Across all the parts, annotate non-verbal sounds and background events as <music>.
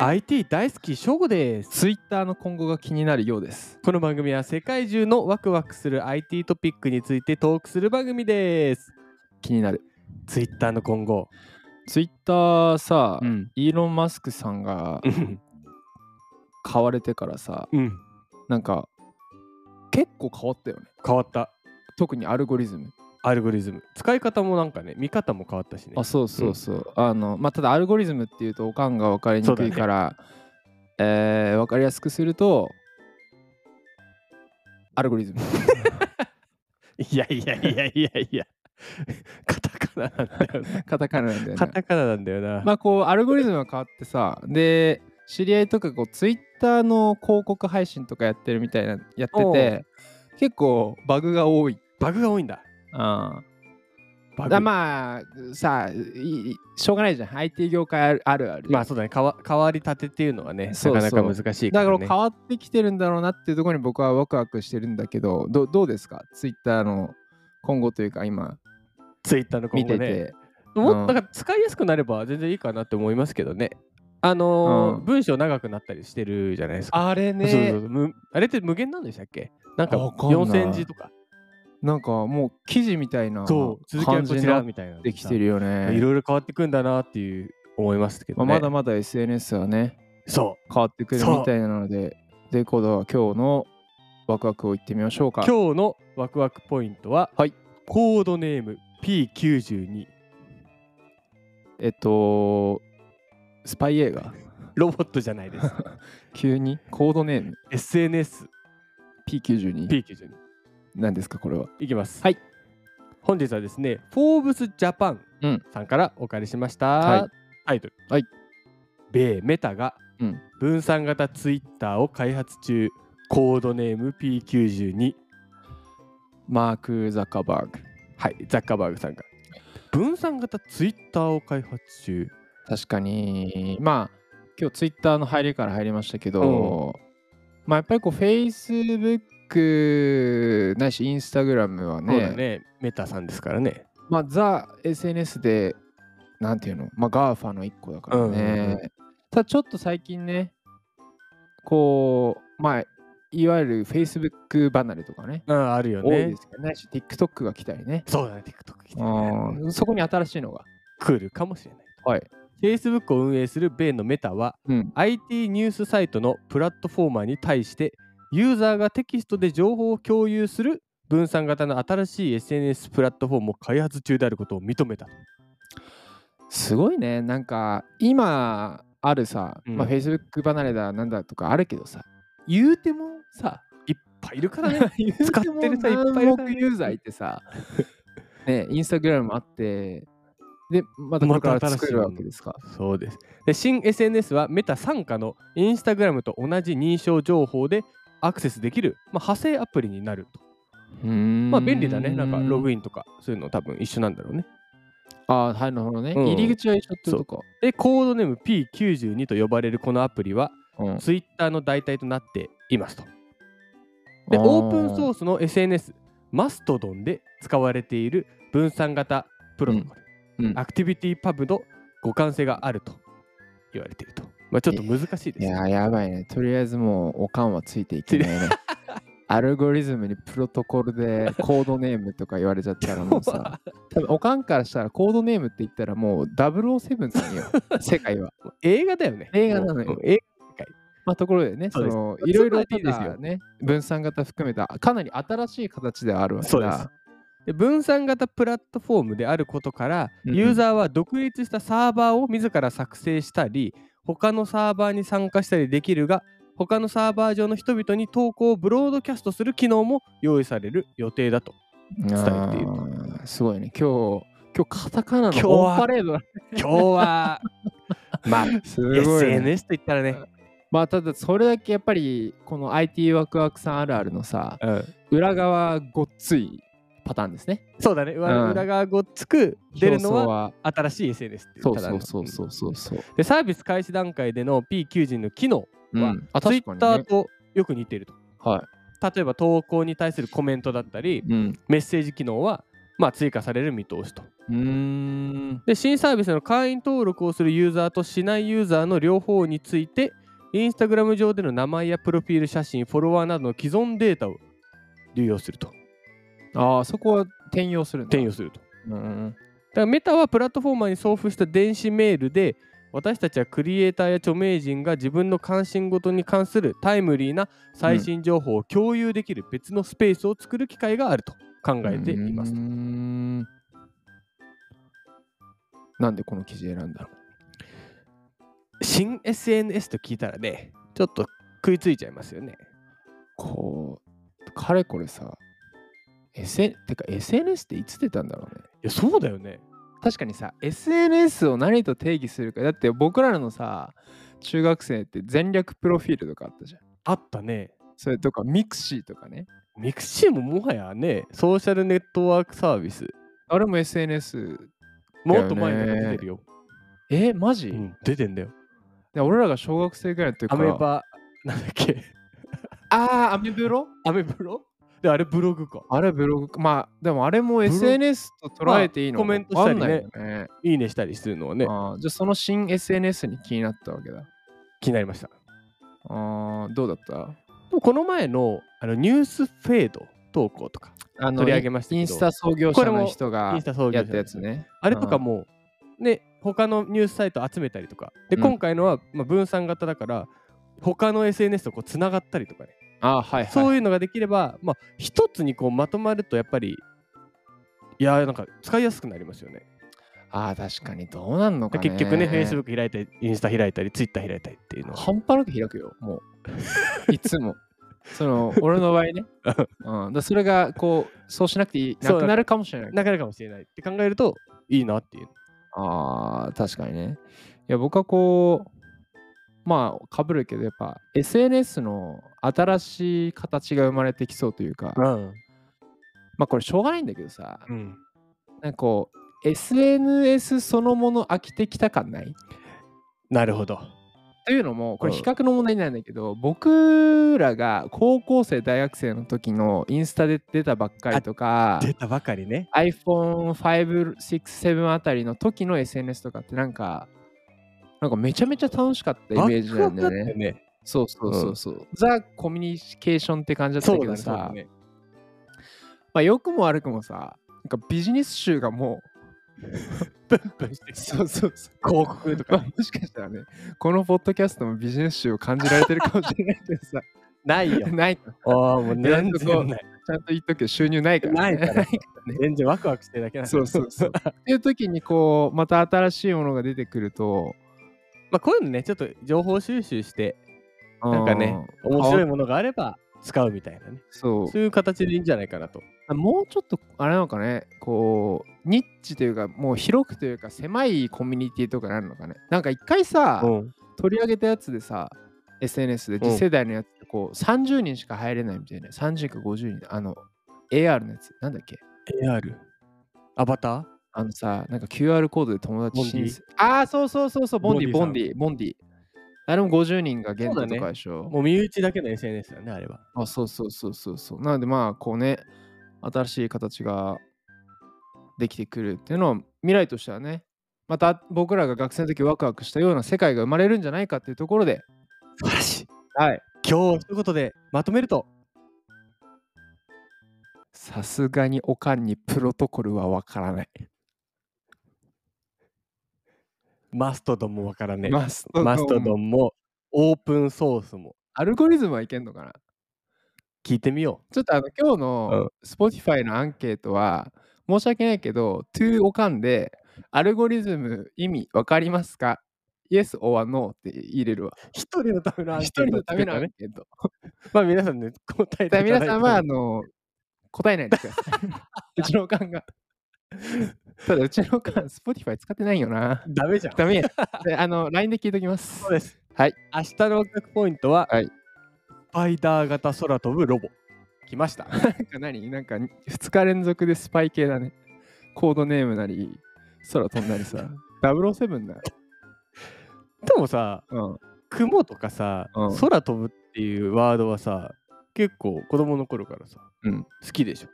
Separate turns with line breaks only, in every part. IT 大好き翔吾です
ツイッターの今後が気になるようです。
この番組は世界中のワクワクする IT トピックについてトークする番組です
気になる。
Twitter の今
<laughs>
後
ツイッターさ、
ん
イーロン・マスクさんが
うん
買われてからさ、
うん
なんか結構変わったよね。
変わった
特にアルゴリズム。
アルゴリズム使い方もなんかね見方も変わったしね
あ、そうそうそう。あの、まあ、ただアルゴリズムっていうとおかんが分かりにくいから、えー、分かりやすくすると、アルゴリズム。 <laughs>
いやいやいやいやいや <laughs> カタカナなんだよな
カタカナなんだよ
カ
ね。
タカナなんだよな、
<laughs> まあこうアルゴリズムが変わってさで知り合いとかこうツイッターの広告配信とかやってるみたいなやって
お
て
う
結構バグが多い。
バグが多いんだ
あ
バグ
だまあさあいいしょうがないじゃん IT 業界あるあるある
まあそうだねかわ変わり立てっていうのはね
そうそう
なかなか難しいか
だからら
ね
変わってきてるんだろうなっていうところに僕はワクワクしてるんだけどどどうですかツイッターの今後というか今
Twitter の今
見
後
てて、
ね
う
も
ん
っとなんか使いやすくなれば全然いいかなって思いますけどね。あのー
うん
文章長くなったりしてるじゃないですか。
あれね
そうそうそうむあれって無限なんでしたっけなんか
わかんない
4000字とか。
なんかもう記事みたいな
そう、続きは
感じ
こ
に
ち
な
ら
っ
みたいな。
てきてるよね。
いろいろ変わってくんだなっていう思いますけ
ま
ど
あ
ね。
まだまだ SNS はね
そ
変わってくるみたいなのでデコードは今日のワクワクを言ってみましょう
う。
か
今日のワクワクポイントは、
はい
コードネーム P92
えっとスパイ映画
ロボットじゃない
<laughs>
です。
急にコードネーム
SNS
P92
P92
なんですかこれはい
きます。
はい。
本日はですね、フォーブスジャパン
うん
さんからお借りしました。
はい
タイトル。
はい。
米メタが
うん
分散型ツイッターを開発中。コードネーム P92。
マーク・ザッカーバーグ
はい、ザッカーバーグさんが。分散型ツイッターを開発中。
確かにまあ今日ツイッターの入りから入りましたけど、まあやっぱりこう Facebook ないし Instagram は
そうだね。メタさんですからね。
まあ、ザ・ SNS で、なんていうの、まあ、ガーファの一個だから
う
ね。
んうんうん
ただ、ちょっと最近ね、こう、まあ、いわゆる Facebook 離れとかね、
うん、あるよ
多い
ね
で。すけど、ないし、TikTok が来たりね。
そうだね、TikTok 来てね
うんそこに新しいのが。
来るかもしれない。
はい。
Facebook を運営する米のメタは、
うん。
IT ニュースサイトのプラットフォーマーに対してユーザーがテキストで情報を共有する分散型の新しい SNS プラットフォームを開発中であることを認めた。
すごいね。なんか、今あるさ、
うん
まあ、Facebook 離れだ、なんだとかあるけどさ、
言うてもさ、いっぱいいるから
<laughs>
ね。使ってる人いっぱいいるからね
何億ユーザーいてさ、ね、インスタグラムあって、で、またこれか
また新
ら
しい
作るわけですか。
そうです。で、新 SNS はメタ傘下のインスタグラムと同じ認証情報でアクセスできる、まあ、派生アプリになると。
ま
まあ便利だね。なんかログ
イン。
インとかそういうの多分一緒なんだろうね。
ああ、はい、なるほどね。
うん
入り口は一緒ってとこ。
で、コードネーム P92 と呼ばれるこのアプリは
うん、
ツイッターの代替となっていますと。でオープンソ
ース。
ースの SNS マストドンで使われている分散型プロトコル、
うんうん
アクティビティパブの互換性があると言われていると、まあ、ちょっと難しいです
い
ね、
やー、やばいね。とりあえずもう、おかんはついていけないね。アルゴリズムにプロトコルでコードネームとか言われちゃったらもう
<laughs>
さ、多分おかんからしたらコードネームって言ったらもう007さんよ、世界は。
映画だよね
映画なの
う
よ
ん映
まあところでね、
そ
そう
です
の
そう
いろいろ
つま
た
りですよ
だね、分散型含めたかなり新しい形ではあるわけだ。
そうですで分散型プラットフォームであることから、
うんうん
ユーザーは独立したサーバーを自ら作成したり他のサーバーに参加したりできるが他のサーバー上の人々に投稿をブロードキャストする機能も用意される予定だと伝えている
あーすごいね。今日、今日カタカナ
今日
の
は
オンパレ
<laughs>
ードだ
今日はまあ
<laughs> すごい、ね。
SNS と言ったらね、
まあただそれだけやっぱりこの IT ワクワクさんあるあるのさ裏側ごっついパターンですね。
そうだね、うわ
うん
裏側ごっつく出るの
表層
は新しい SNS っていう
そう
ただ
そ
の
うそうそうそうそう。
でサービス開始段階での P90 の機能、
う
は
ん、あ
ツイ
確か
ッタ
に、ね
ー。とよく似ていると
は
例えば投稿に対するコメントだったり
い。うん。
メッセージ機能はまあ、追加される見通しと。
うーん。
で新サービスの会員登録をするユーザーとしないユーザーの両方についてインスタグラム上での名前やプロフィール写真フォロワーなどの既存データを流用すると
ああ、そこは転用するんだ。
転用するとだ
うんうん
からメタはプラットフォーマーに送付した電子メールで私たちはクリエイターや著名人が自分の関心事に関するタイムリーな最新情報を共有できる別のスペースを作る機会があると考
うん。
えています
うーんなんでこの記事選んだの
新 SNS と聞いたらねちょっと食いついちゃいますよね
こう、かれこれさ、SN、てか SNS っていつ出たんだろうね。
いやそうだよね
確かにさ SNS を何と定義するかだって僕らのさ中学生って全略プロフィールとかあったじゃん
あったね
それとかミクシーとかね
ミクシーももはやね、ソーシャルネットワークサービス、
あれも SNS
もっと前から出てるよ。
えマジ、
うん、出てんだよ。
で俺らが小学生ぐらいの時か
ア
ら
メバ、なんだっけ、
あーアメブロ
アメブロで、あれブログか。
あれブログかまあでもあれも
ロ
SNS と捉えていいのか
まあコメントしたりね
わかんないよね
いいねしたりするのはね、
あーじゃあその新 SNS に気になったわけだ
気になりました。で
あーどうだった
もこの前のあのニュースフェード投稿とか、
あの
取り上げましたけど
インスタ創業者の人が
インスタ創業
や
者
ったやつね
あれとか
も
も、ね、他のニュースサイト集めたりとか、で、
うん
今回のは、まあ、分散型だから、他の SNS とこうつながったりとかね、
あーはいはい
そういうのができれば、まあ、一つにこうまとまると、やっぱり、いやー、なんか使いやすくなりますよね。
ああ、確かにどうなんのか
で
ね。
結局ね、Facebook 開いたり、インスタ開いたり、Twitter 開いたりっていうのは。
半端なく開くよ、もう。 <laughs> いつも。その、俺の場合 <laughs> ね。うん、だそれが、こう、そうしなくていい、
そう
なくなるかもしれない。
なかなかもしれないって考えるといいなっていう。
ああ、確かにね。いや、僕はこう、まあ、かぶるけど、やっぱ SNS の新しい形が生まれてきそうというか、
ん。
まあ、これしょうがないんだけどさ、
うん、
なんかこう、SNS そのもの飽きてきた感ない
なるほど。
というのもこれ
うん
比較の問題になるんだけど、僕らが高校生大学生の時のインスタで出たばっかりとか
出たばかりね。
iPhone567 あたりの時の SNS とかってなんかなんかめちゃめちゃ楽しかったイメージなんだよ
バックアップ
ね。
ってね。
そうそうそうそう、ザ・コミュニケーションって感じだった
そう
け
だ
ど
ね。そう
さ、
だね
まあ、良くも悪くもさなんかビジネス集がもう
プンプンしてきた
そうそうそう
広告と
まあ
か
<laughs> もしかしたらねこのポッドキャストもビジネス集を感じられてるかもしれないけどさ <laughs>
ない <laughs> よ。
ない
ああ、もう全
全然
然ない。
ちゃんと言っとくけど収入ないから、ね。
ないから全然ワクワクしてるだけなんだ
そうそうそう。っていう時にこうまた新しいものが出てくると
<laughs> まあこういうのね、ちょっと情報収集して、なんかね
うん
面白いものがあれば使うみたいなね。
そう
そういう形でいいんじゃないかなと。
あもうちょっとあれなのかねこうニッチというかもう広くというか狭いコミュニティとかなるのかねなんか一回さ、
うん。
取り上げたやつでさ SNS で
うん
次世代のやつってこう30人しか入れないみたいな30か50人あの AR のやつなんだっけ
AR。アバター
あのさ、なんか QR コードで友達申請
ボ
ああ、そうそうそうそう、ボンディ、
ボ
ボ
ン
ン
デ
ディ、ボンディ。あれも50人が限
そう
定
だね
とかでしょ。
もう身内だけの SNS だね、あれは。
あ、そうそうそうそうそう。なのでまあ、こうね、新しい形ができてくるっていうのは、未来としてはね、また僕らが学生の時ワクワクしたような世界が生まれるんじゃないかっていうところで、
素晴らしい。
はい。
今日一言でまとめると
さすがにおかんにプロトコルはわからない。
マストドンもわからねえ、
マストドンも
マストドンもオープンソースも
アルゴリズムはいけんのかな
聞いてみよ
ちょっとあの今日の Spotify のアンケートは申し訳ないけど to おかんでアルゴリズム意味わかりますか ?Yes or No って入れるわ
う。一人のためのアンケー
一
ト
人のためのア
作
ン
った
ケ
ね。
ート。
まあ皆さんね、答え
だか
て
ら
いただい
皆
て
さんはあの答えないでください。 <laughs> うちのおかんが。ただうちのおかん Spotify 使ってないよな。
ダメじゃん。
ダメや。であの LINE で聞いときます
そう。です。
はい。
明日の音楽ポイントは、
はい
スパイダー型空飛ぶロボ。来ました。
なんか何なんか2日連続でスパイ系だね。コードネームなり、空飛んだ
<laughs>
りさ。007だよ。
<laughs> でもさ、
うん。
雲とかさ、
うん
空飛ぶっていうワードはさ、結構子供の頃からさ、
うん
好きでしょ。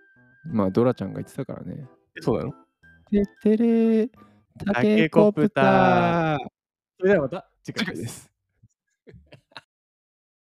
まあドラちゃんが言ってたからね。
そうなの
てってれー、タケコプター。
それではまた次回です。